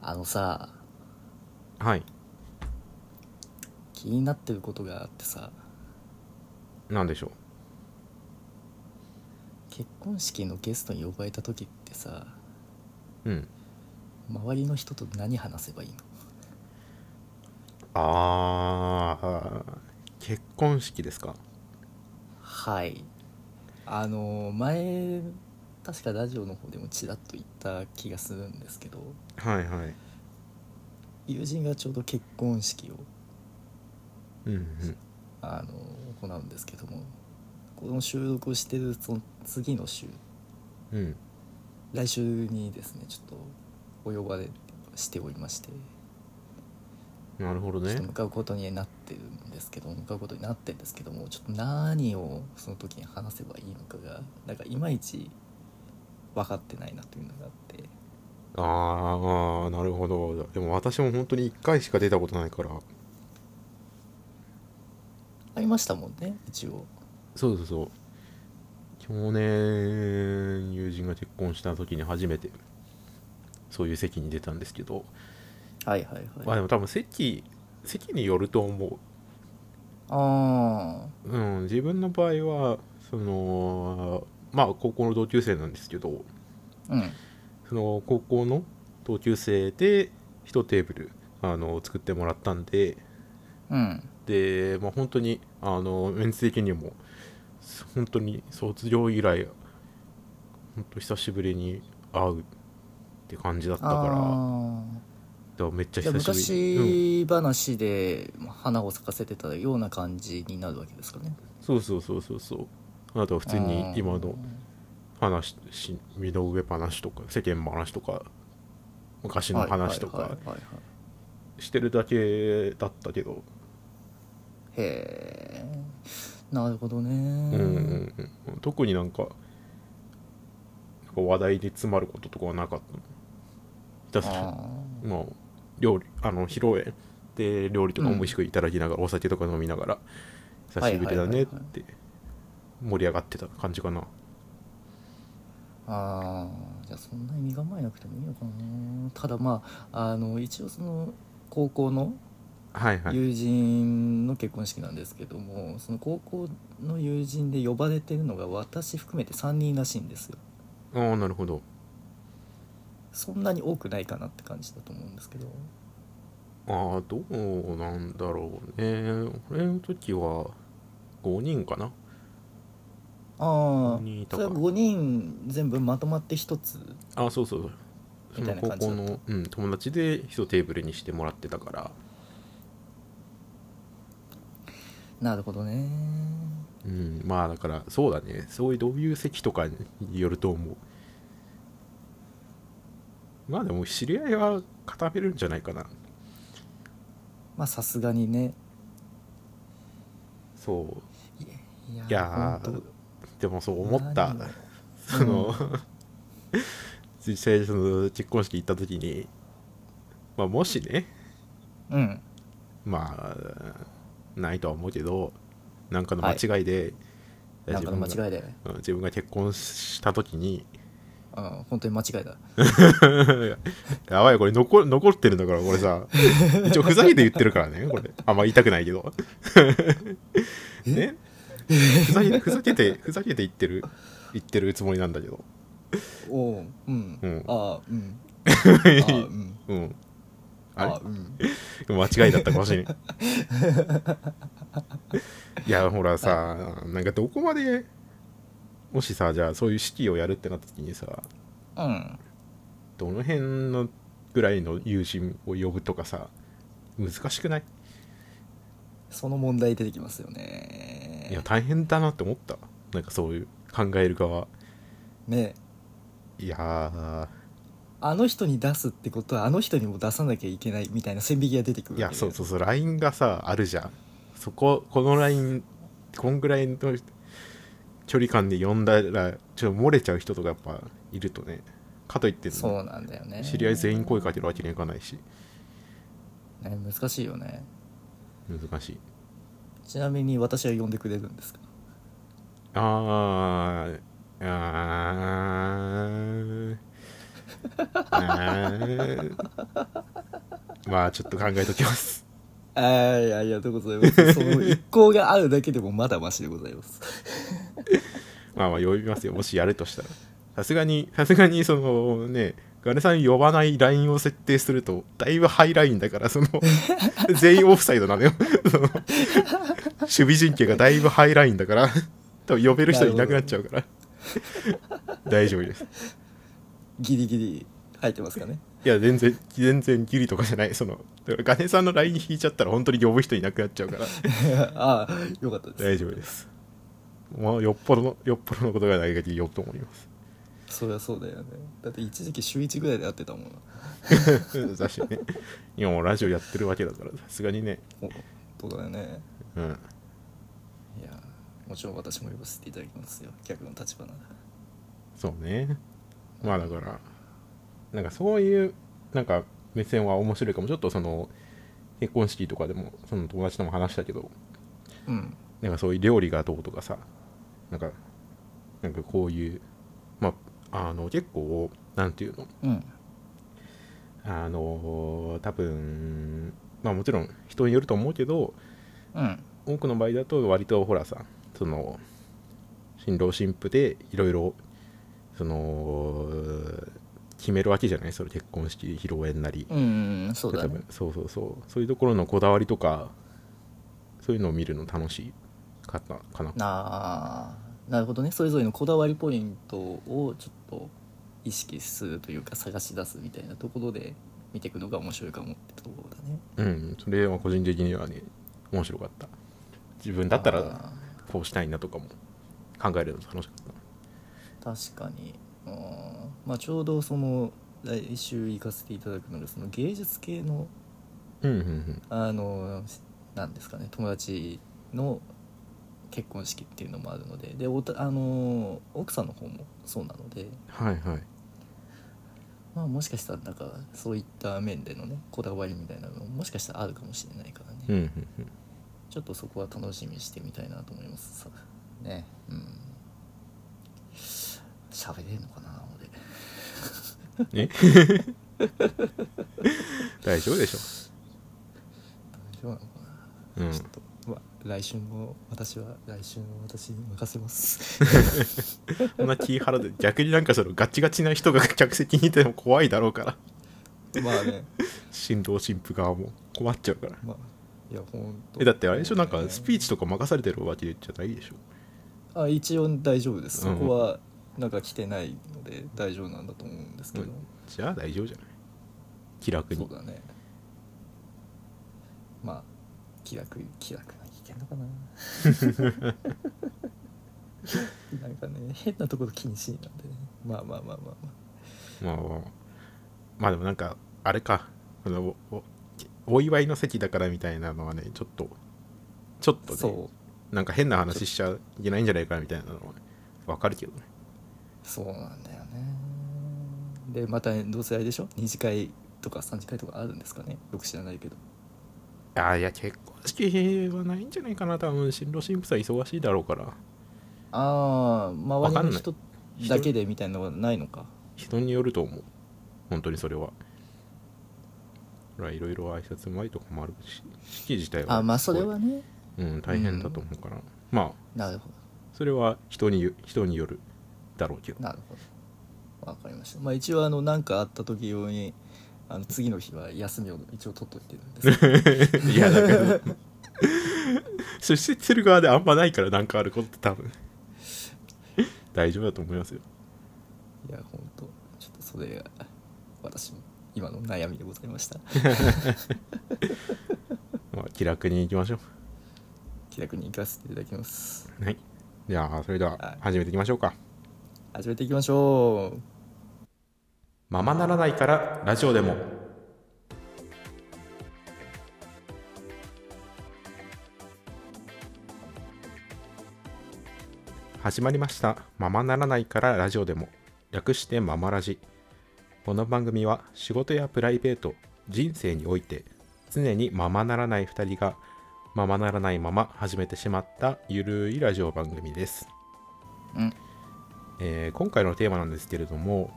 あのさはい気になってることがあってさなんでしょう結婚式のゲストに呼ばれた時ってさうん周りの人と何話せばいいのああ結婚式ですかはいあの前確かラジオの方でもちらっと言った気がするんですけどはいはい友人がちょうど結婚式をうんうんあの行うんですけどもこの収録をしてるその次の週うん来週にですねちょっとお呼ばれしておりましてなるほどちょっねと向かうことになってるんですけど向かうことになってるんですけどもちょっと何をその時に話せばいいのかがなんかいまいち分かってないなというのがあってああなるほどでも私も本当に1回しか出たことないからありましたもんね一応そうそうそう去年友人が結婚した時に初めてそういう席に出たんですけどはいはいまあはいでも多分席席によると思うあうん、自分の場合はそのまあ高校の同級生なんですけどあうんその高校の同級生で1テーブルあの作ってもらったんでうんで、まあ、本当にあのメンツ的にも本当に卒業以来本当久しぶりに会うって感じだったからあだからめっちゃーじゃあ久しぶりうん、昔話でまあ花を咲かせてたような感じになるわけですかねそうそうそうそうそうあなたは普通に今の話し身の上話とか世間話とか昔の話とはいはいはかいはいはいしてるだけだったけどへえなるほどねうんうんうん特になんかなんか話題に詰まることとかはなかったのひたすらあまあ料理あの披露宴で料理とかも美味しくいただきながら、お酒とか飲みながら久しぶりだねっはいはいて盛り上がってた感じかなーあーじゃあそんなに身構えなくてもいいのかなただまああの一応その高校のはいはい友人の結婚式なんですけども、その高校の友人で呼ばれてるのが私含めて3人らしいんですよああなるほどそんなに多くないかなって感じだと思うんですけどああどうなんだろうね俺の時は5人かなあ五人いあたそかれは5人全部まとまって1つあそうそうそみたのいな感高じ校だったの、うん、友達で一テーブルにしてもらってたからなるほどねうんまあだからそうだねそういうどういう席とかによると思うまあでも知り合いは固めるんじゃないかなまあさすがにねそういやいやーほんとでもそう思った何をその、実際その結婚式行った時にまあもしねうんまあないとは思うけどなんかの間違いで、なんかの自間分が違いで、うん自分が結婚した時にうん、本当に間違いだ やばいこれ残残ってるんだからこれさ一応ふざけて言ってるからねこれあんま言いたくないけどねふざけふざけてふざけて言ってる言ってるつもりなんだけどおううん、うんああうん ああうんうんああれあうん間違いだったかもしれんいやほらさなんかどこまでもしさじゃあそういう式をやるってなった時にさうんどの辺のぐらいの友人を呼ぶとかさ難しくないその問題出てきますよねいや大変だなって思ったなんかそういう考える側ねいやーあの人に出すってことはあの人にも出さなきゃいけないみたいな線引きが出てくるいやそうそううそう LINE がさあるじゃんそここの LINE こんぐらいの距離感で呼んだらちょっと漏れちゃう人とかやっぱいるとねかといってそうなんだよね知り合い全員声かけるわけにはいかないしね難しいよね難しいちなみに私は呼んでくれるんですか あーあーーまあちょっと考えときますあいありがとうござい ますその一行があるだけでもまだマシでございますまあまあ呼びますよもしやるとしたらさすがにさすがにそのねガネさん呼ばないラインを設定するとだいぶハイラインだからそ の全員オフサイドなのよその守備陣形がだいぶハイラインだから多分呼べる人いなくなっちゃうから大丈夫ですギリギリ入ってますかね いや全然全然ギリとかじゃないそのだからガネさんのライン引いちゃったら本当に呼ぶ人いなくなっちゃうからああよかったです大丈夫ですまあよっぽどのよっぽどのことがない限りよと思いますそりゃそうだよねだって一時期週1ぐらいで会ってたもんな だしね今もうラジオやってるわけだからさすがにねおそうだよねうんいやもちろん私も呼ばせていただきますよ逆の立場ならそうねまあだからなんかそういうなんか目線は面白いかもちょっとその結婚式とかでもその友達とも話したけどうんなんかそういう料理がどうとかさなんかなんかこういうまああの結構なんていうのうんあの多分まあもちろん人によると思うけどうん多くの場合だと割とほらさその新郎新婦でいろいろその決めるわけじゃないそれ結婚式披露宴なり、うんうんそうだ多ね分そうそうそうそういうところのこだわりとかそういうのを見るの楽しかったかなあーなるほどねそれぞれのこだわりポイントをちょっと意識するというか探し出すみたいなところで見ていくのが面白いかもってところだねうんそれは個人的にはね面白かった自分だったらあこうしたいなとかも考えるの楽しかったー確かにうんまあちょうどその来週行かせていただくのでその芸術系のうんうんうんあのなんですかね友達の結婚式っていうのもあるのででおたあの奥さんの方もそうなので、はいはいまあ、もしかしたらなんかそういった面でのねこだわりみたいなのももしかしたらあるかもしれないからね、うんうんうんちょっとそこは楽しみにしてみたいなと思いますさねうん喋れんのかな俺え 大丈夫でし大丈夫ょなのかな、うんちょっとまあ来週も私は来週の私に任せます そんな気張らず逆になんかそのガチガチな人が客席にいても怖いだろうからまあね新郎新婦側も困っちゃうからまあいや本当えだってあれでしょなんかスピーチとか任されてるわけじゃないでしょあ一応大丈夫ですうそんこはなんか来てないので大丈夫なんだと思うんですけど、じゃあ大丈夫じゃない気楽そにうだねまあ気楽気楽なきゃいけんのかな なんかね変なところ禁止なんでねまあまあまあまあままあまあまあでもなんかあれかこのおおお祝いの席だからみたいなのはねちょっとちょっあとねそうなんか変な話しちゃいけないんじゃないかなみたいなのはねわかるけどねそうなんだよねでまたどうせあれでしょ二次会とか三次会とかあるんですかねよく知らないけどあーいや結婚式はないんじゃないかな多分新郎新婦さん忙しいだろうからああわか周んりなのい人だけでみたいなのはないのか人によると思う本当にそれはほらいろいろ挨拶前とかもあるし式自体はあまあそれはねうん大変だと思うから、まあなるほどそれは人によ人によるだろうけどなるほどわかりました、まあ、一応あの何かあった時用にあの次の日は休みを一応取っといてる んですけど いやだから出資してる側であんまないからなんかあることって多分大丈夫だと思いますよいや本当ちょっとそれが私の今の悩みでございましたまあ気楽に行きましょ気楽に行かせていただきますうはいじゃあそれでははい始めていきましょうか、始めていきましょままならないからラジオでも始まりました「ままならないからラジオでも」略して「ままラジ」この番組は仕事やプライベート人生において常にままならない2人がままならないまま始めてしまったゆるいラジオ番組です、うんえー今回のテーマなんですけれども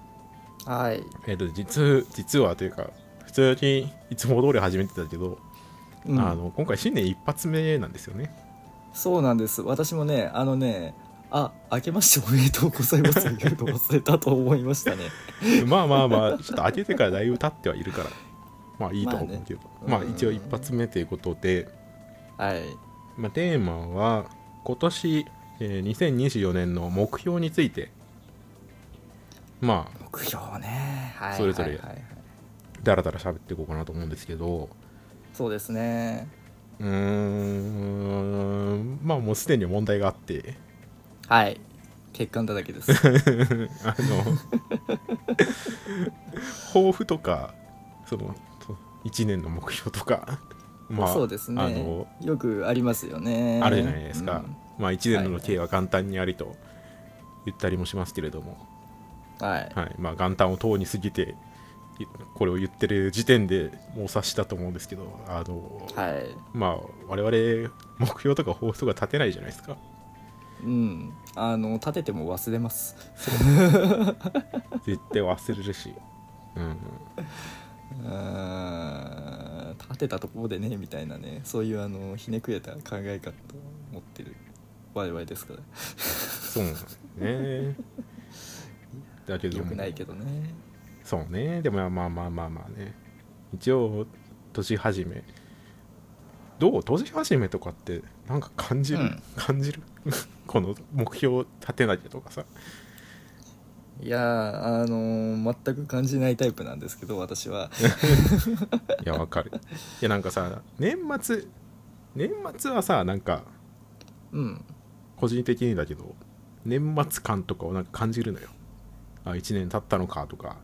うはいえっ、と実実はというか普通にいつも通り始めてたけど、うんあの今回新年一発目なんですよね そうなんです私もねあのねあ明けましておめでとうございますって言うと忘れたと思いましたね まあまあまあちょっと開けてからだいぶ経ってはいるからまあいいとは思うけど、ままああねうん一応一発目ということで、はいまあ、テーマは今年、えー2024年の目標についてまあ目標ねはいそれぞれはいはいはいだらだら喋っていこうかなと思うんですけどそうですねうーんまあもうすでに問題があってはい欠陥だらけですあの抱負とかその1年の目標と か まあそうですあのねよくありますよねあるじゃないですか、まあ1は年のい経営は元旦にありと言ったりもしますけれども、うんはいはいまあ、元旦を遠に過ぎていこれを言ってる時点でもう察したと思うんですけどあの、はいまあ我々目標とか抱負とか立てないじゃないですかうんあの立てても忘れます絶対忘れるし、うん、うーん立てたところでねみたいなねそういうあのひねくれた考え方を持ってる我々ですからそうなんです ねだけどよもくないけどねそうねでもまあまあまあまあまあね一応年始めどう年始めとかってなんか感じる、うん感じる この目標を立てなきゃとかさいやーあのー全く感じないタイプなんですけど私はいやわかるいやなんかさ年末年末はさなんかうん個人的にだけど年末感とかをなんか感じるのよあ1年経ったのかとか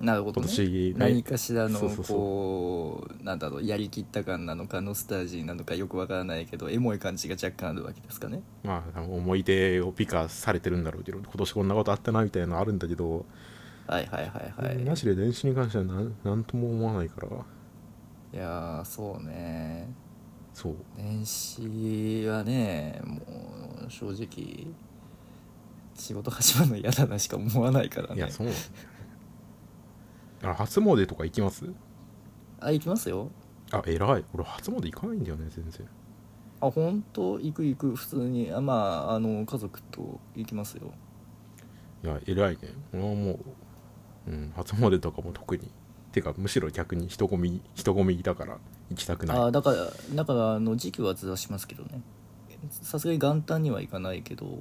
なるほど、今ね、年ない何かしらのそうそうそうこうなんだろうやりきった感なのかノスタルジーなのかよくわからないけどエモい感じが若干あるわけですかねまあ思い出を美化されてるんだろうけど今年こんなことあったなみたいなのあるんだけどはいはいはいはい、なしで電子に関しては何何とも思わないからいやーそうねそう年始はねもう正直仕事始まるの嫌だなしか思わないからねいやそうなんだよねあ初詣とか行きますあ行きますよあ偉い俺初詣行かないんだよね全然あ本当行く行く普通にあまああの家族と行きますよいや偉いね俺はもう、うん、初詣とかも特にてかむしろ逆に人混み人混みだから行きたくないあだからだからあの時期はずらしますけどねさすがに元旦には行かないけど、ん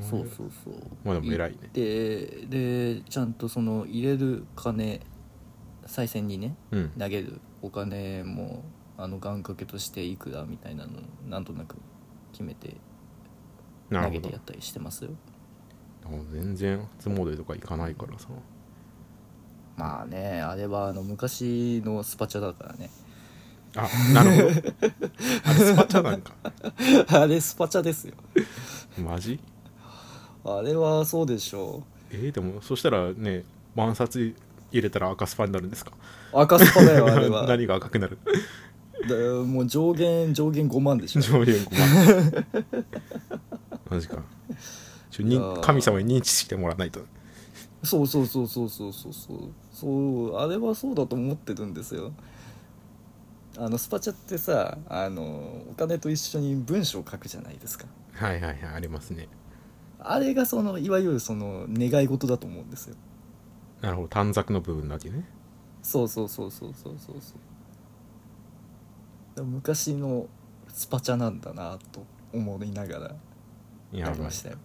そうそうそうまあでも偉いねででちゃんとその入れる金再選にねうん投げるお金もあの願掛けとしていくらみたいなのなんとなく決めてな投るげほてどやったりしてますよもう全然初詣とか行かないからさまあねあれはあの昔のスパチャだからね あなるほどあれスパチャなんかあれスパチャですよマジあれはそうでしょえー、でもそしたらね万冊入れたら赤スパになるんですかう赤スパだよあれは 何が赤 くなるだもう上限上限5万でしょ上流5万 マジかちょにいやー神様に認知してもらわないとそうそうそうそうそうそうそうそうあれはそうだと思ってるんですよあのスパチャってさあのお金と一緒に文章を書くじゃないですかはいはいはいありますねあれがそのいわゆるその願い事だと思うんですよなるほど短冊の部分だけねそうそうそうそうそうそうそうでも昔のスパチャなんだなと思いながらいややりばまいしたよ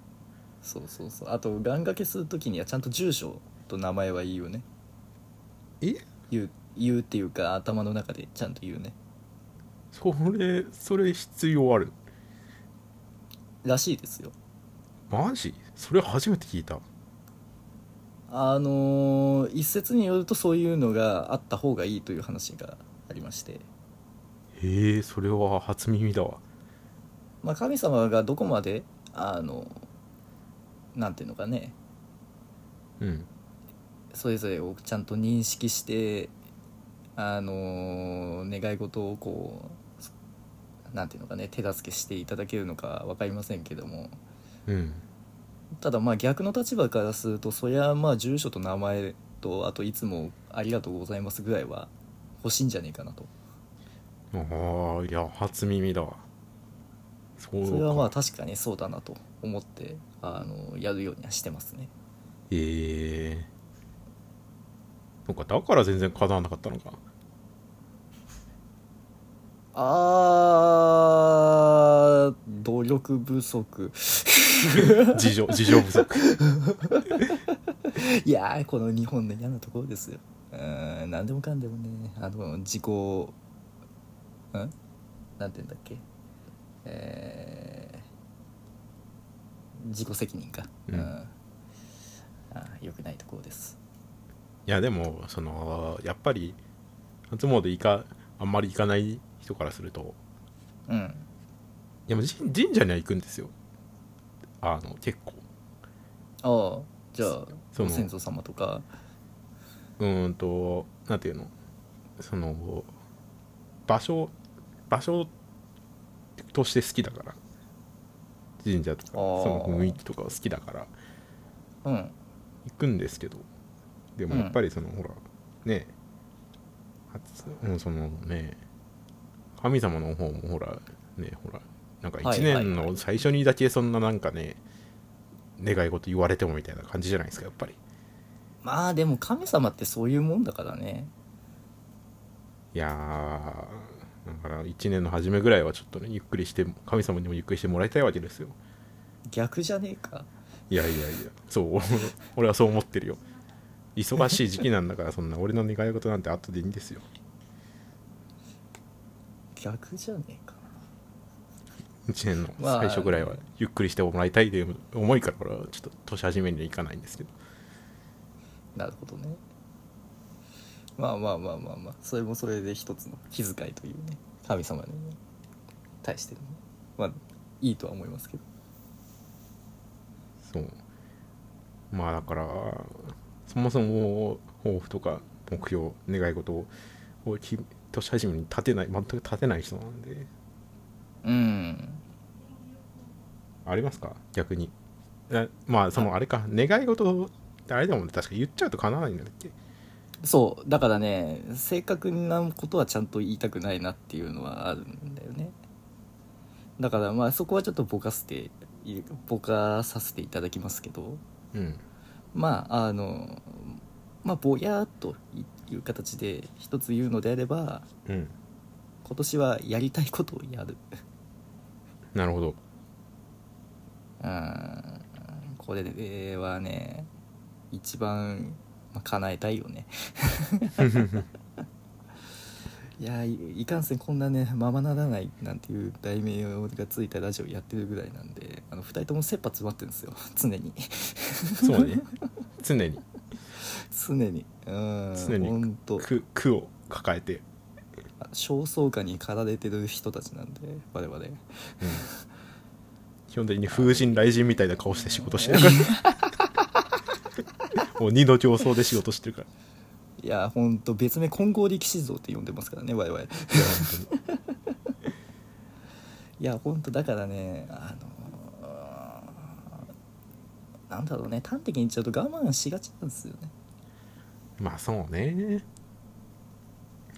そうそうそうあと願掛けする時にはちゃんと住所と名前は言うよねえ言う言うっていうか頭の中でちゃんと言うねそれそれ必要あるらしいですよマジそれ初めて聞いたあのー一説によるとそういうのがあった方がいいという話がありましてへえそれは初耳だわまあ、神様がどこまであのなんていうのかねうんそれぞれをちゃんと認識してあの願い事をこうなんていうのかね手助けしていただけるのか分かりませんけどもうんただまあ逆の立場からするとそりゃまあ住所と名前とあといつもありがとうございますぐらいは欲しいんじゃねえかなとああいや初耳だわそうかそれはまあ確かにそうだなと思ってあのやるようにはしてますねええそうかだから全然叶わなかったのか あー努力不足事情事情不足いやーこの日本の嫌なところですようーん何でもかんでもねあの自己んなんて言うんだっけえー自己責任かうんあーよくないところですいやでもそのやっぱり初詣いかあんまり行かない人からするとうんいやもう神神社には行くんですよあの結構ああじゃあそごの先祖様とかうーんとなんていうのその場所場所として好きだから神社とかあーその雰囲気とかは好きだからうん行くんですけどでもうんやっぱりその、ほらねえもうそのね神様の方もほらねほらなんかはい1はい年の最初にだけそんななんかね願い事言われてもみたいな感じじゃないですかやっぱりまあでも神様ってそういうもんだからねいやーだから1年の初めぐらいはちょっとねゆっくりして神様にもゆっくりしてもらいたいわけですよ逆じゃねえかいやいやいやそう 俺はそう思ってるよ忙しい時期なんだからそんな俺の願い事なんて後でいいんですよ逆じゃねえか1年の最初ぐらいはゆっくりしてもらいたいという思いから俺はちょっと年始めにはいかないんですけどなるほどねまあまあまあまあまあそれもそれで一つの気遣いというね神様に対してのねまあいいとは思いますけどそうまあだからそもそも抱負とか目標願い事をき年始めに立てない全く立てない人なんでうんありますか逆にえまあそのあれか願い事ってあれだもんね確か言っちゃうと叶わないんだっけそうだからね正確なことはちゃんと言いたくないなっていうのはあるんだよねだからまあそこはちょっとぼかせていぼかさせていただきますけどうんまああのまあぼやーっという形で一つ言うのであればうん今年はやりたいことをやるなるほど うんこれはね一番、まあ、叶えたいよね いやいいかんせんこんなねままならないなんていう題名がついたラジオやってるぐらいなんであの2人とも切羽詰まってるんですよ 常にそうね常に常にうん常にほんと苦苦を抱えて焦燥感に駆られてる人たちなんで我々基本的に風神雷神みたいな顔して仕事して るからもう二度競争で仕事してるからいやほんと別名混合力士像って呼んでますからね我々いや本当にいや本当だからねあのなんだろうね端的に言っちゃうと我慢しがちなんですよねまあそうね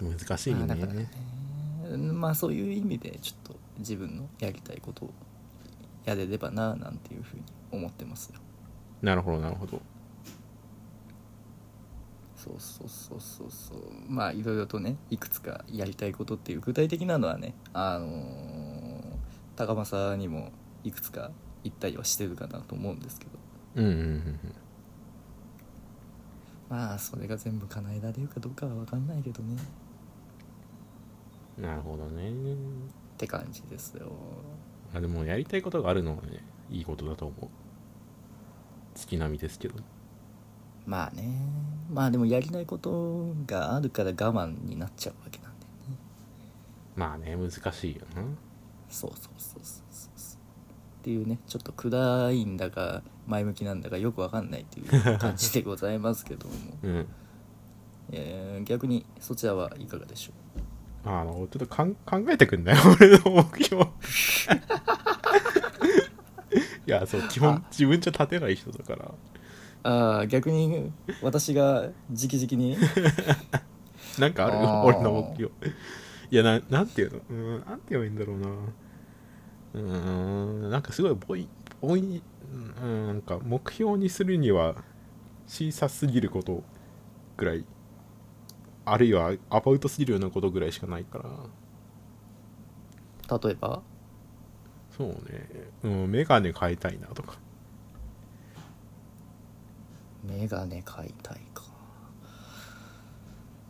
難しいねあだからねまあそういう意味でちょっと自分のやりたいことをやれればななんていうふうに思ってますよなるほどなるほどそうそうそうそうそうまあいろいろとねいくつかやりたいことっていう具体的なのはねあのー高政にもいくつか行ったりはしてるかなと思うんですけどうんうんうんうんまあそれが全部叶えられるかどうかは分かんないけどねなるほどねって感じですよあでもやりたいことがあるのはねいいことだと思う月並みですけどまあねまあでもやりたいことがあるから我慢になっちゃうわけなんでまあね難しいよなそうそうそうそうそうそうっていうねちょっと暗いんだか前向きなんだかよくわかんないっていう感じでございますけども、 うんえー逆にそちらはいかがでしょうあのちょっと かん考えてくんなよ俺の目標いやそう基本あ自分じゃ立てない人だからああ逆に私が直々になんかあるあー俺の目標いやななんていうのうんなんて言えばいいんだろうなうーんなんかすごいボイボイうんなんか目標にするには小さすぎることぐらいあるいはアバウトすぎるようなことぐらいしかないから例えばそうねうんメガネ変えたいなとかメガネ買いたいか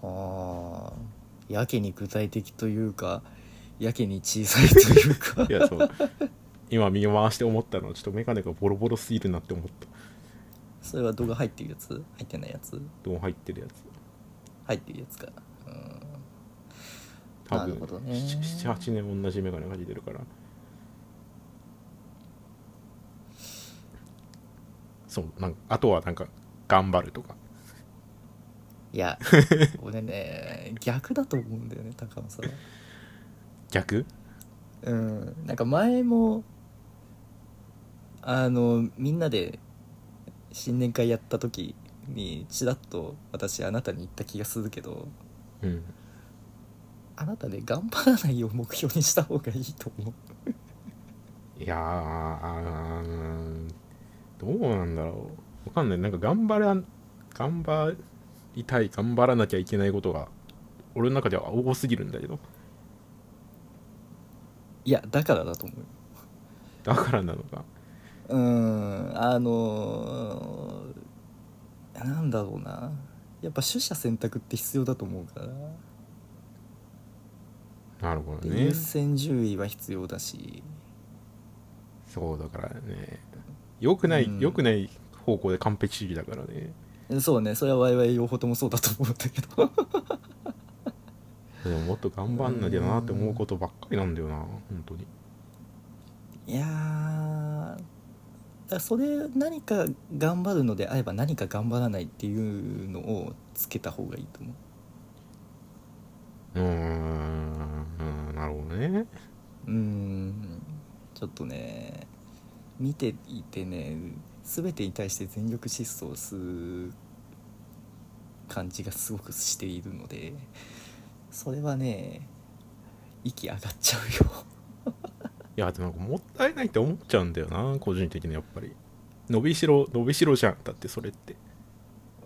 ああやけに具体的というかやけに小さいというか いやそう今見回して思ったのはちょっとメガネがボロボロすぎるなって思ったそれは動画入ってるやつ入ってないやつどう入ってるやつ入ってるやつかうん多分なるほどね78年同じメガネかけてるからそうなんかあとはなんか頑張るとかいや俺ね逆だと思うんだよね高野さんは逆うんなんか前もあのみんなで新年会やった時にちらっと私あなたに言った気がするけどうんあなたね頑張らないを目標にした方がいいと思ういやーあーどうなんだろうわかんないなんか頑張らん頑張りたい頑張らなきゃいけないことが俺の中では多すぎるんだけどいやだからだと思うだからなのかうんあのーなんだろうなやっぱ取捨選択って必要だと思うから、なるほどね優先順位は必要だしそうだからね良くない、うん良くない方向で完璧主義だからねそうねそれは我々両方ともそうだと思うんだけ どでももっと頑張んなきゃなって思うことばっかりなんだよな本当にいやーだからそれ何か頑張るのであれば何か頑張らないっていうのをつけた方がいいと思ううーんうんなるほどねうーんちょっとね見ていてね全てに対して全力疾走する感じがすごくしているのでそれはね息上がっちゃうよいやでもなんかもったいないって思っちゃうんだよな個人的にやっぱり伸びしろ伸びしろじゃんだってそれって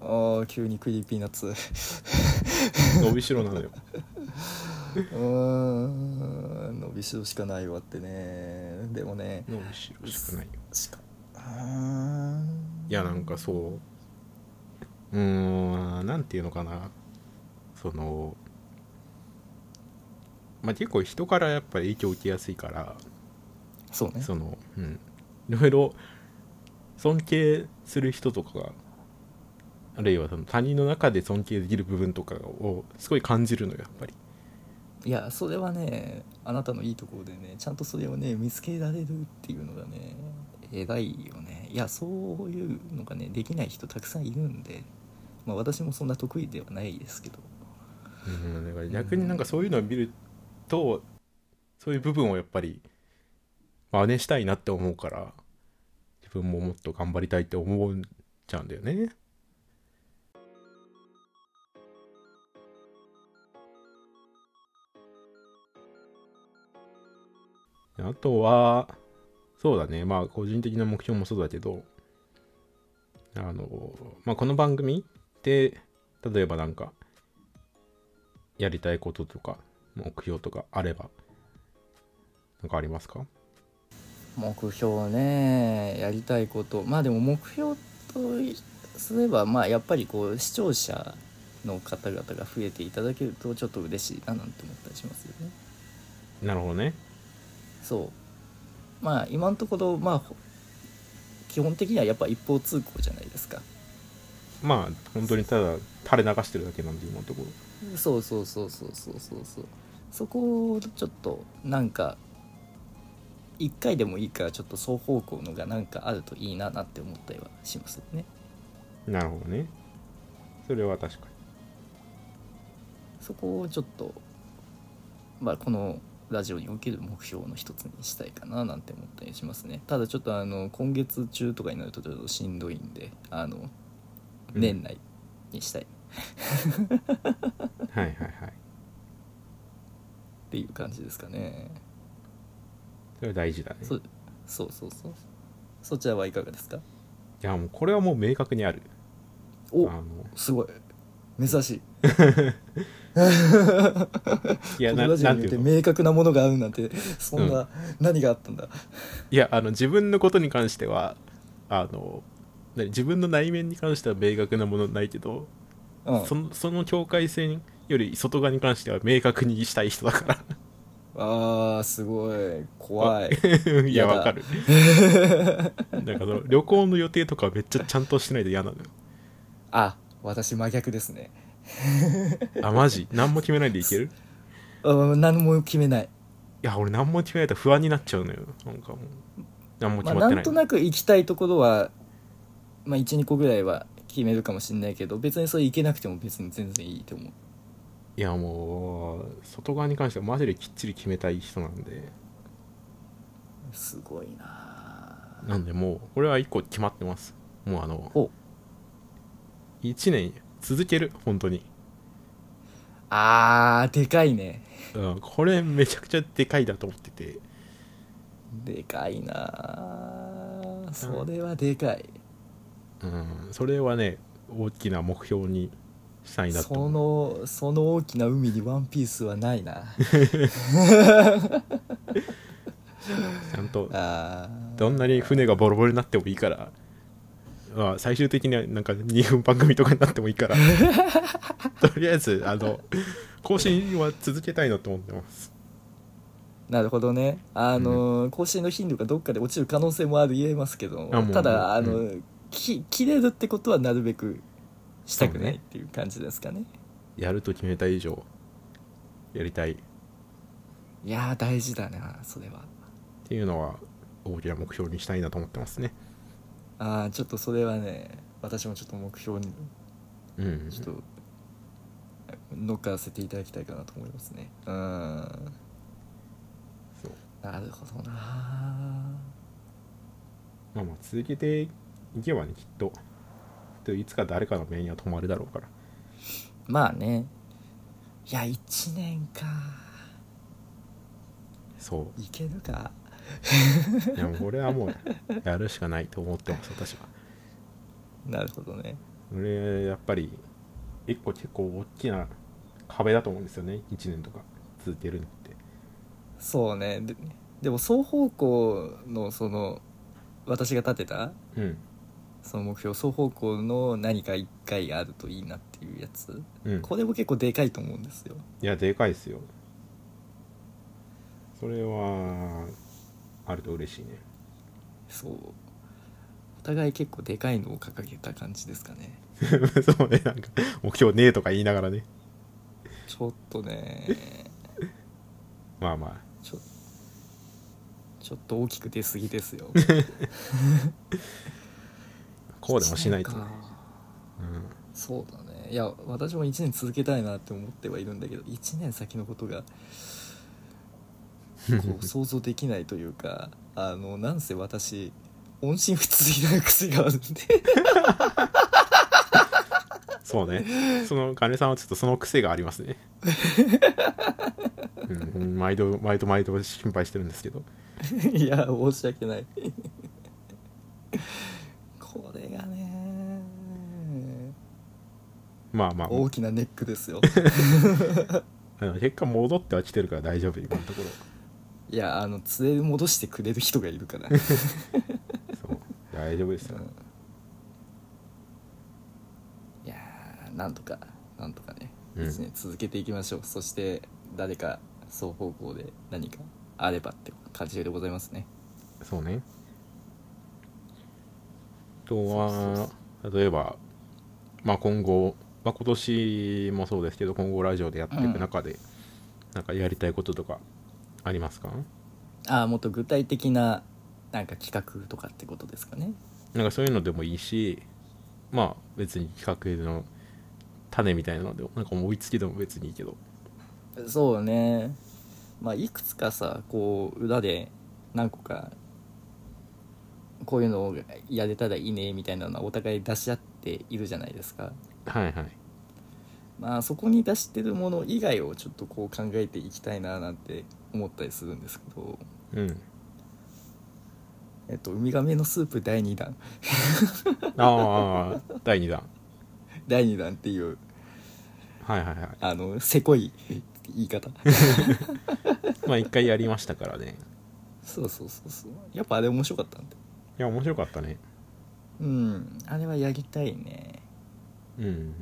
あー急にクリーピーナッツ う伸びしろなの よーん伸びしろしかないわってねでもね伸びしろしかないよしかうーんいやなんかそううーんなんていうのかなそのまあ結構人からやっぱり影響を受けやすいからそうねそのうんいろいろ尊敬する人とかがあるいはその他人の中で尊敬できる部分とかをすごい感じるのよやっぱりいやそれはねあなたのいいところでねちゃんとそれをね見つけられるっていうのがね偉いよねいやそういうのがねできない人たくさんいるんで、まあ、私もそんな得意ではないですけどうんだから逆になんかそういうのを見るとそういう部分をやっぱり真似したいなって思うから自分ももっと頑張りたいって思っちゃうんだよねあとはそうだねまあ個人的な目標もそうだけどあのまあこの番組って例えばなんかやりたいこととか目標とかあればなんかありますか目標ねやりたいことまあでも目標とすればまあやっぱりこう視聴者の方々が増えていただけるとちょっと嬉しいななんて思ったりしますよねなるほどねそうまあ今のところまあほ基本的にはやっぱ一方通行じゃないですかまあ本当にただ垂れ流してるだけなんで今のところそうそうそうそうそうそうそうそこをちょっとなんか一回でもいいからちょっと双方向のがなんかあるといいななって思ったりはしますよねなるほどねそれは確かそこをちょっとまあこのラジオにおける目標の一つにしたいかななんて思ったりしますねただちょっとあの今月中とかになるとちょっとしんどいんであのうん年内にしたいっはいはいはいていう感じですかね、それは大事だねそそうそうそうそちらはいかがですかいやもうこれはもう明確にあるおあのすごい珍しいいやこなのラジオなんによっていてうの明確なものがあるなんてそんうな何があったんだ、いやあの自分のことに関してはあの何自分の内面に関しては明確なものないけど、うんそのその境界線より外側に関しては明確にしたい人だかあーすごい怖いらいややだわか るなんかその旅行の予定とかめっちゃちゃんとしないと嫌なのよあ私真逆ですねあマジ何も決めないでいけるうん何も決めない、いや俺何も決めないと不安になっちゃうのよなんかもう何もま決あ、まなってなんい、となく行きたいところは、まあ、12個ぐらいは決めるかもしれないけど別にそれ行けなくても別に全然いいと思ういやもう外側に関してはマジできっちり決めたい人なんですごいななんでもうこれは一個決まってますもうあのほ1年続ける本当に、あーでかいねうん、これめちゃくちゃでかいだと思っててでかいなそれはでかい、うんそれはね大きな目標にしたいなとそ思うのその大きな海にワンピースはない なちゃんとあーどんなに船がボロボロになってもいいから、まあ、最終的にはなんか2分番組とかになってもいいから とりあえずあの更新は続けたいなと思ってますなるほどねあの、更新の頻度がどっかで落ちる可能性もある言えますけどあもうただあもの、うき切れるってことはなるべくしたくそうないっねていう感じですかねやると決めた以上やりたいっいやー大事だなそれはていうのは大きな目標にしたいなと思ってますねああちょっとそれはね私もちょっと目標にうんちょっと乗っかせていただきたいかなと思いますねうんそうなるほどなまあまあ続けていけばねきっとでいつか誰かの目には止まるだろうからまあねいや1年かそいけるかういやもうこれはもうやるしかないと思ってます私はなるほどね俺やっぱり一個結構大きな壁だと思うんですよね1年とか続けるのってそうねででも双方向のその私が立てたうんその目標双方向の何か1回あるといいなっていうやつうんこれも結構でかいと思うんですよいやでかいですよそれはあると嬉しいね そうお互い結構でかいのを掲げた感じですかねそうねなんか目標ねえとか言いながらねちょっとねまあまあちょちょっと大きく出過ぎですよこうでもしないと、一ね年かうん、そうだねいや私も1年続けたいなって思ってはいるんだけど1年先のことがこう想像できないというかあのなんせ私音信不通になる癖があるんで そうね。その、金さんはちょっとその癖があります ね。うん、毎度、毎度、毎度心配してるんですけど。いや申し訳ない これがねまあまあ、大きなネックですよあの結果戻っては来てるから大丈夫、今のところ。いやあの連れ戻してくれる人がいるからそう。大丈夫ですよ。いやーなんとかなんとかね,、うんですね続けていきましょうそして誰か双方向で何かあればって感じでございますねそうね。あとは、例えば、まあ今後、まあ今年もそうですけど、今後ラジオでやっていく中で、なんかやりたいこととかありますかああもっと具体的ななんか企画とかってことですかねなんかそういうのでもいいしまあ別に企画の種みたいなのでもなんか思いつきでも別にいいけどそうねまあ、いくつかさこう裏で何個かこういうのをやれたらいいねみたいなのはお互い出し合っているじゃないですか。はいはいまあ、そこに出してるもの以外をちょっとこう考えていきたいななんて思ったりするんですけど、うんえっと、ウミガメのスープ第2弾ああ第2弾第2弾っていうはいはいはいあのせこい言い方まあ一回やりましたからね そうそうそうそうやっぱあれ面白かったんでいや面白かったねうんあれはやりたいねうんうんうん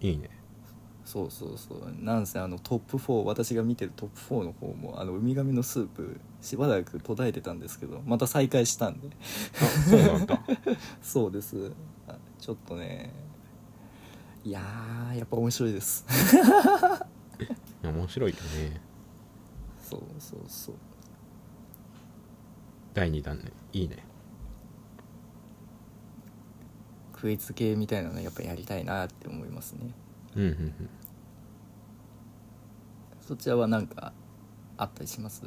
いいねそうそうそうなんせあのトップ4私が見てるトップ4の方もあのウミガメのスープしばらく途絶えてたんですけどまた再開したん であそうなん だそうですあちょっとねいやーやっぱ面白いですいや面白いよね そうそうそう第2弾ねいいねクイズ系みたいなのやっぱやりたいなって思いますねうんうんうんそちらは何かあったりします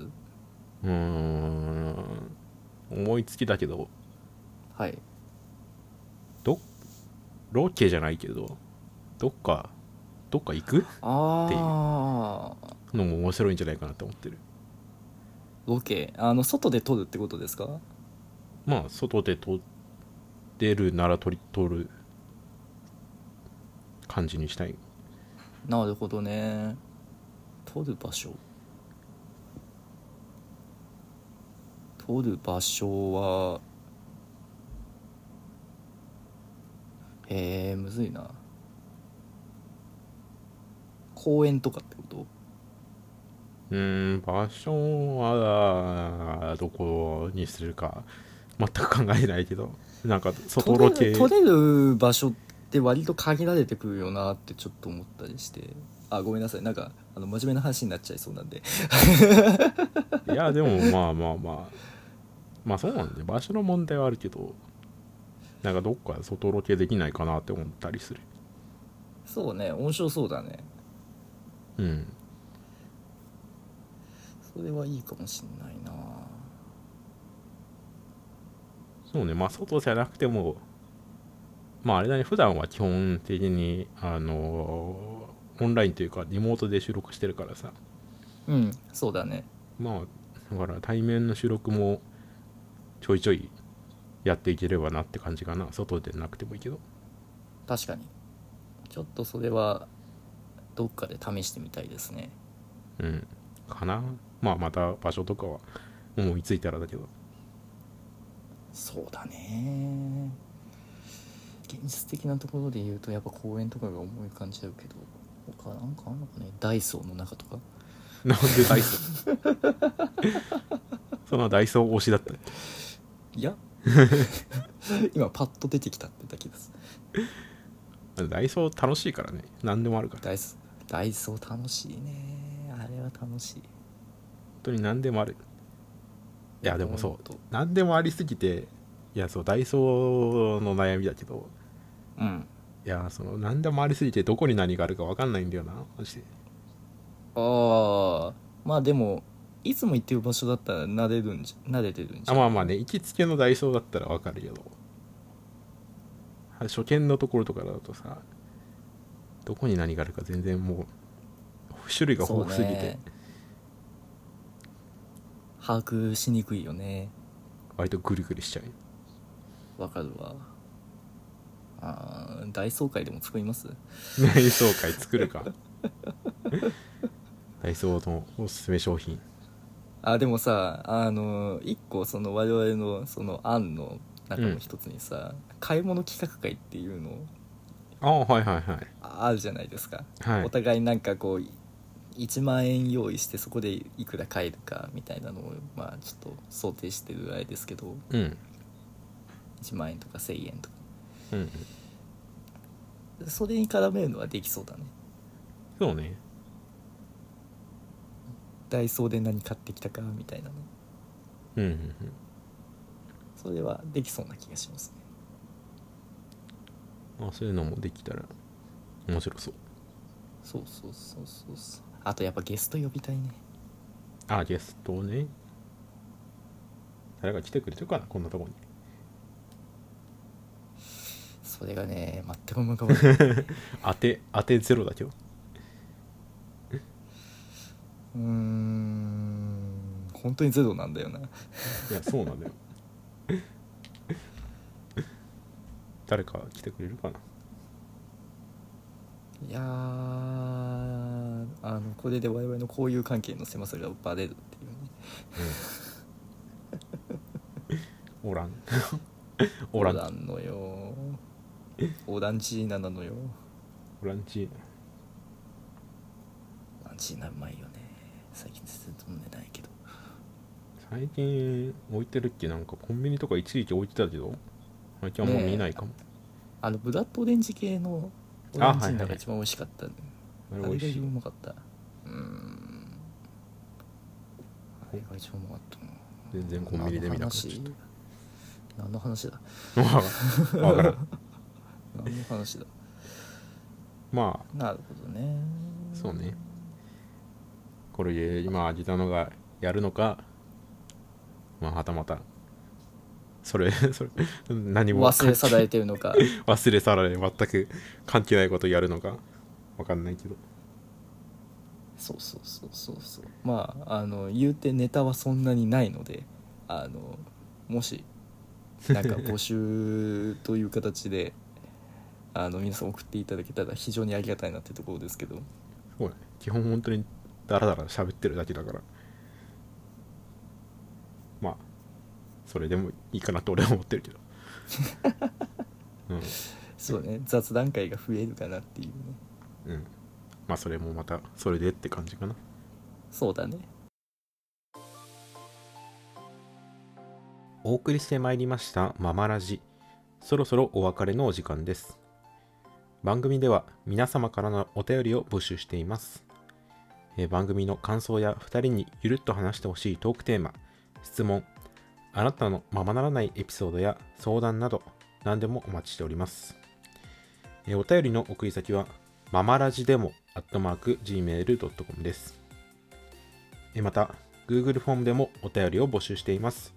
うーん思いつきだけどはいどロケじゃないけどどっかどっか行くああのも面白いんじゃないかなと思ってるロケあの外で撮るってことですかまあ外で撮ってるなら撮り撮る感じにしたいなるほどね撮る場所撮る場所はえー、むずいな公園とかってことうーん場所はどこにするか全く考えないけどなんか外取ロれケる取れる場所って割と限られてくるよなってちょっと思ったりしてあごめんなさいなんかあの真面目な話になっちゃいそうなんでいやでもまあまあまあまあそうなんで場所の問題はあるけどなんかどっか外ロケできないかなって思ったりするそうね面白そうだねうんそれはいいかもしんないなそうねまあ外じゃなくてもまああれだね普段は基本的にあのーオンラインというかリモートで収録してるからさうんそうだねまあだから対面の収録もちょいちょいやっていければなって感じかな外でなくてもいいけど確かにちょっとそれはどっかで試してみたいですねうんかなまあまた場所とかは思いついたらだけどそうだね現実的なところで言うとやっぱ公園とかが思い浮かんじゃうけど他なんかあんのかねダイソーの中とかなんでダイソー そのダイソー推しだったいや 今パッと出てきたってだけですダイソー楽しいからね何でもあるからダイソーダイソー楽しいねあれは楽しい本当に何でもあるいやでもそほんうと何でもありすぎていやそうダイソーの悩みだけどうんいやその何でもありすぎてどこに何があるか分かんないんだよなマジでああまあでもいつも行ってる場所だったら慣れるんじゃ慣れてるんじゃあまあまあね行きつけのダイソーだったら分かるけど初見のところとかだとさどこに何があるか全然もう種類がそう豊富すぎて、ね把握しにくいよね割とグリグリしちゃう わかるわあー大総会でも作りますダイソー会作るか ダイソーのおすすめ商品あでもさあの一個その我々のその案の中の一つにさ、買い物企画会っていうのああはいはいはいあるじゃないですか、はいお互いなんかこう1万円用意してそこでいくら買えるかみたいなのをまあちょっと想定してるあれですけどうん1万円とか1,000円とかうんうんそれに絡めるのはできそうだねそうねダイソーで何買ってきたかみたいなねうんうんうんそれはできそうな気がしますねまあそういうのもできたら面白そうそうそうそうそうそうあとやっぱゲスト呼びたいねあゲストね誰か来てくれてるかなこんなとこにそれがね全く思い浮かば ない当て当てゼロだけどうーん本当にゼロなんだよないやそうなんだよ 誰か来てくれるかないやーあのこれで我々の交友関係の狭さがバレるっていうねお らんおらんんのよオランジーナなのよオランチオランジーナうまいよね最近全然飲んでないけど最近置いてるっけなんかコンビニとか一時期置いてたけど最近あんま見ないかも、あのブラッドオレンジ系のオランジーナが一番美味しかった、ねあれあ美れが一味しい番うまかったうーんあれが一番うまかったな全然コンビニで見なくなっちゃった何の話何の話だわ からんわからん何の話だまあなるほどねそうねこれで今ギタノがやるのかまあはたまたそれ それ何も忘れ去られてるのか 忘れ去られ全く関係ないことやるのかわかんないけどそうそうそうそうそうまああの言うてネタはそんなにないのであのもしなんか募集という形で あの皆さん送っていただけたら非常にありがたいなってところですけどそうね基本本当にダラダラ喋ってるだけだからまあそれでもいいかなと俺は思って るけどそうね雑談会が増えるかなっていうねうんうんまあそれもまたそれでって感じかなそうだねお送りしてまいりましたママラジそろそろお別れのお時間です番組では皆様からのお便りを募集していますえー番組の感想や2人にゆるっと話してほしいトークテーマ質問あなたのままならないエピソードや相談など何でもお待ちしておりますえーお便りの送り先はママラジでもアットマーク gmail.com ですえーまた Google フォームでもお便りを募集しています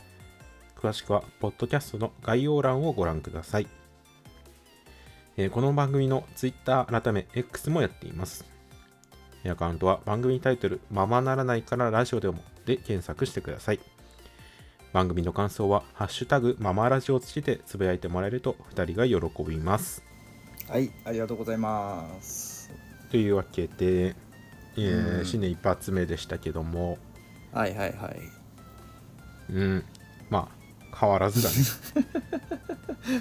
詳しくは、ポッドキャストの概要欄をご覧ください。えーこの番組の Twitter 改め X もやっています。えーアカウントは番組タイトル、ままならないからラジオでもで検索してください。番組の感想は、ハッシュタグママラジをつけてつぶやいてもらえると2人が喜びます。はいありがとうございますというわけで、えーうん新年一発目でしたけども、はいはいはいうん、まあ、変わ らずだね。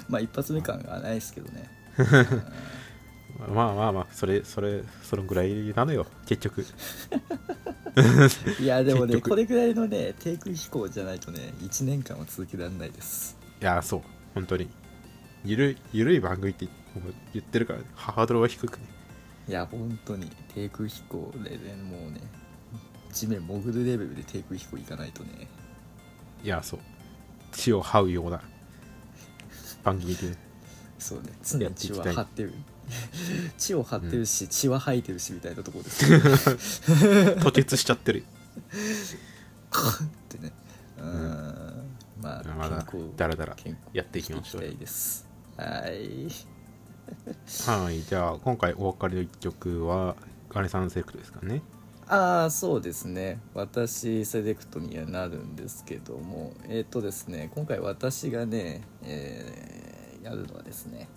まあ一発目感がないですけどねまあまあまあ、それ、それ、そのぐらいなのよ、結局。いやでもね結局これぐらいのね低空飛行じゃないとね1年間は続けられないですいや、そう、本当に。ゆるい、ゆるい番組って言ってるから、ね、ハードルは低くね。いや本当に低空飛行で、ね、もうね地面潜るレベルで低空飛行行かないとねいや、そう。血を這うような番組で、そうね常に血はや張っってる 血を張ってるし、血は吐いてるしみたいなところです 吐血しちゃってる。カーンってねうーんまあまだ健康、だらだら健康やっていきましょう生きていきたいですはいはい、じゃあ、今回お別れの一曲は、ガネさんセレクトですかね。ああそうですね私セレクトにはなるんですけどもえっ、とですね今回私がね、えーやるのはですね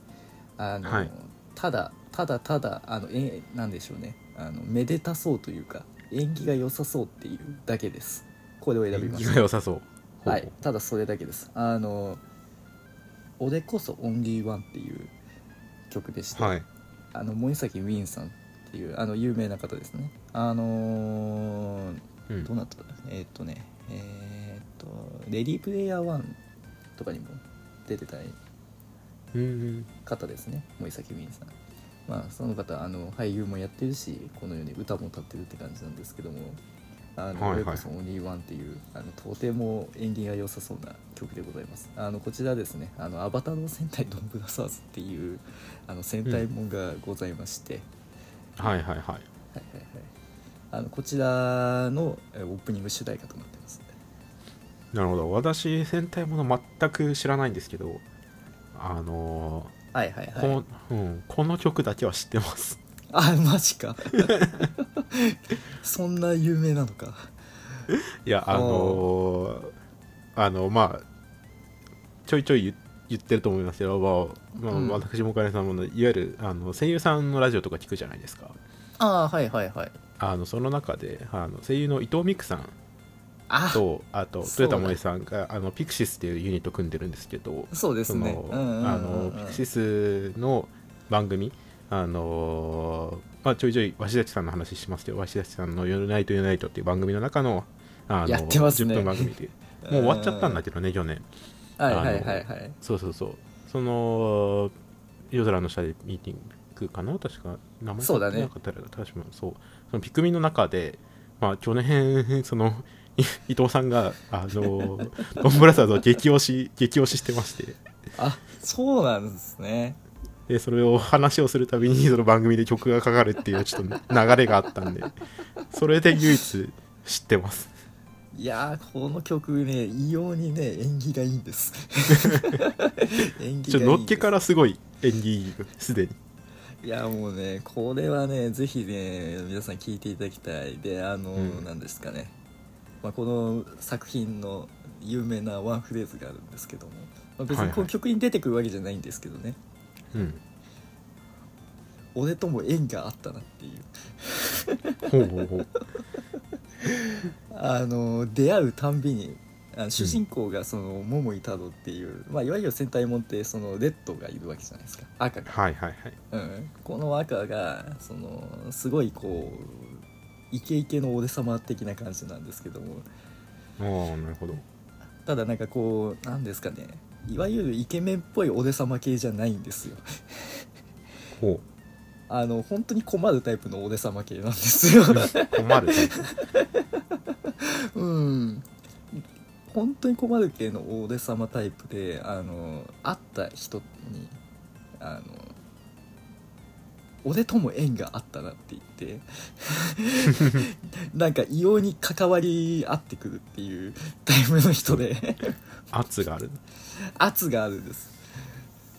あの、はいただただただあのえなんでしょうねあのめでたそうというか縁起が良さそうっていうだけですこれを選びま気しがた良さそう。ほうほうはいただそれだけですあの「俺こそオンリーワン」っていう曲でして、はい。あの森崎ウィンさんっていうあの有名な方ですねあのーうんどうなったかなえーっとねえーっと「レディープレイヤー1」とかにも出てたうんうん。方ですね森崎ウィンさんまあその方あの俳優もやってるしこのように歌も歌ってるって感じなんですけども「あのはいはい俺こそオンリーワン」っていうあのとても縁起が良さそうな曲でございますあのこちらですね「あのアバターの戦隊ドンブラザーズ」っていうあの戦隊もんがございまして、はいはいははい。いはいはいあのこちらのえーオープニング主題歌となってますなるほど私戦隊もの全く知らないんですけどあのはいはいはーいこのうん、この曲だけは知ってますあマジか そんな有名なのかいやあのーあのまあちょいちょい言言ってると思いますけど、まあまあうん私もお金さんもねいわゆるあの声優さんのラジオとか聞くじゃないですかああはいはいはいあのその中であの声優の伊藤美久さんあと あとそう豊だ田萌さんがあのピクシスっていうユニット組んでるんですけどそうですそのねうんうんうんうんあのピクシスの番組あのまあちょいちょい鷲崎さんの話しますけど鷲崎さんの「夜ナイトユナイト」っていう番組の中のあのやってますね10分番組でもう終わっちゃったんだけどね去年はいはいはいはいそうそうそうその夜空の下でミーティングかな確か名前そうだねなんか誰か確かそうそのピクミンの中でまあ去年その い伊藤さんがあ のドンブラザーズを激推し激推ししてましてあそうなんですねでそれを話をするたびにその番組で曲がかかるっていうちょっと流れがあったんでそれで唯一知ってますいやーこの曲ね異様にね縁起がいいんです 演技ちがょいいんですのっけからすごい演技いいよすでにいやもうねこれはねぜひね皆さん聞いていただきたいであの、うんなんですかね、まあ、この作品の有名なワンフレーズがあるんですけども、まあ、別はにいはいこの曲に出てくるわけじゃないんですけどね、 うん俺とも縁があったなっていうほうほうほうあの出会うたんびにあの主人公がその桃井太郎っていう、まあ、いわゆる戦隊もんってそのレッドがいるわけじゃないですか赤が、はいはいはいうん、この赤がそのすごいこうイケイケの俺様的な感じなんですけどもああなるほどただなんかこうなんですかねいわゆるイケメンっぽい俺様系じゃないんですよほうあの本当に困るタイプの俺様系なんですよ困るねうん本当に困る系の大手様タイプであの会った人にあの俺とも縁があったなって 言ってなんか異様に関わり合ってくるっていうタイプの人で 圧がある圧があるんです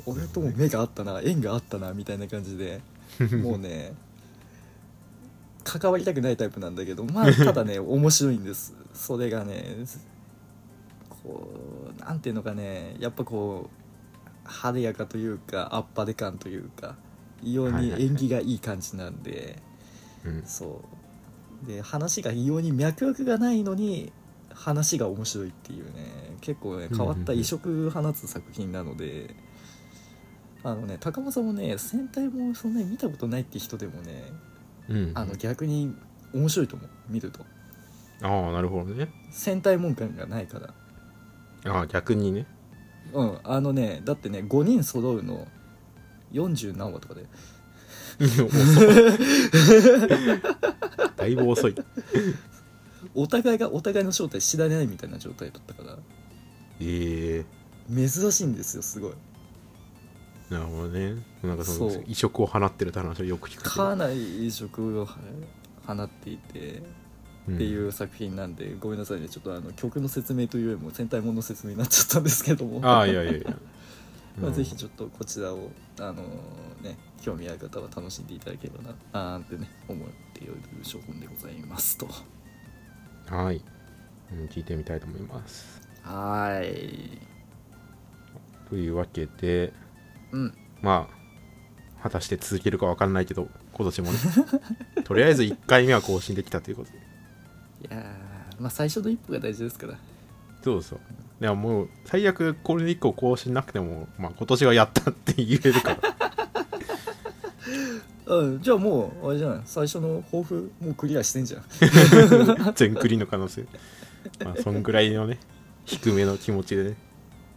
俺とも目があったな縁があったなみたいな感じで もうね関わりたくないタイプなんだけどまあただ ね面白いんですそれがねこうなんていうのかねやっぱこう晴れやかというかあっぱれ感というか異様はいにはいはい縁起がいい感じなんで、うんそうで話が異様に脈絡がないのに話が面白いっていうね結構ねうん変わった異色放つ作品なので、あのね高間さんもね戦隊もそんなに見たことないって人でもねうんあの逆に面白いと思う見るとああなるほどね戦隊門感がないからああ逆にねうんあのねだってね5人揃うの40何話とかで遅いだいぶ遅いお互いがお互いの正体知られないみたいな状態だったからええ珍しいんですよすごいなるほどねなんかそのそう移植を放ってるって話をよく聞くけどかなり異色を放っていてうんっていう作品なんで、ごめんなさいねちょっとあの曲の説明というよりも戦隊ものの説明になっちゃったんですけどもああいやいやいや まあ、ぜひうんちょっとこちらをあのね興味ある方は楽しんでいただければなあーってね思っている所存でございますとはい、うん、聞いてみたいと思いますはーいというわけでうんまあ果たして続けるかわかんないけど今年 もねとりあえず1回目は更新できたということでいやーまあ最初の一歩が大事ですからそうそう。でももう最悪これ以降更新なくても、まあ、今年はやったって言えるから。うんじゃあもうあれじゃない最初の抱負もうクリアしてんじゃん 全クリの可能性。まあそんぐらいのね、低めの気持ちでね、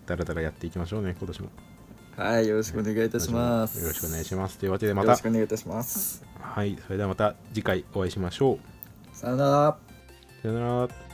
だらだらやっていきましょうね、今年も。はいよろしくお願いいたしますよろしくお願いします。というわけでよまろたし、くお願いいたしますはい、それではまた次回お会いしましょう。さよならさよなら。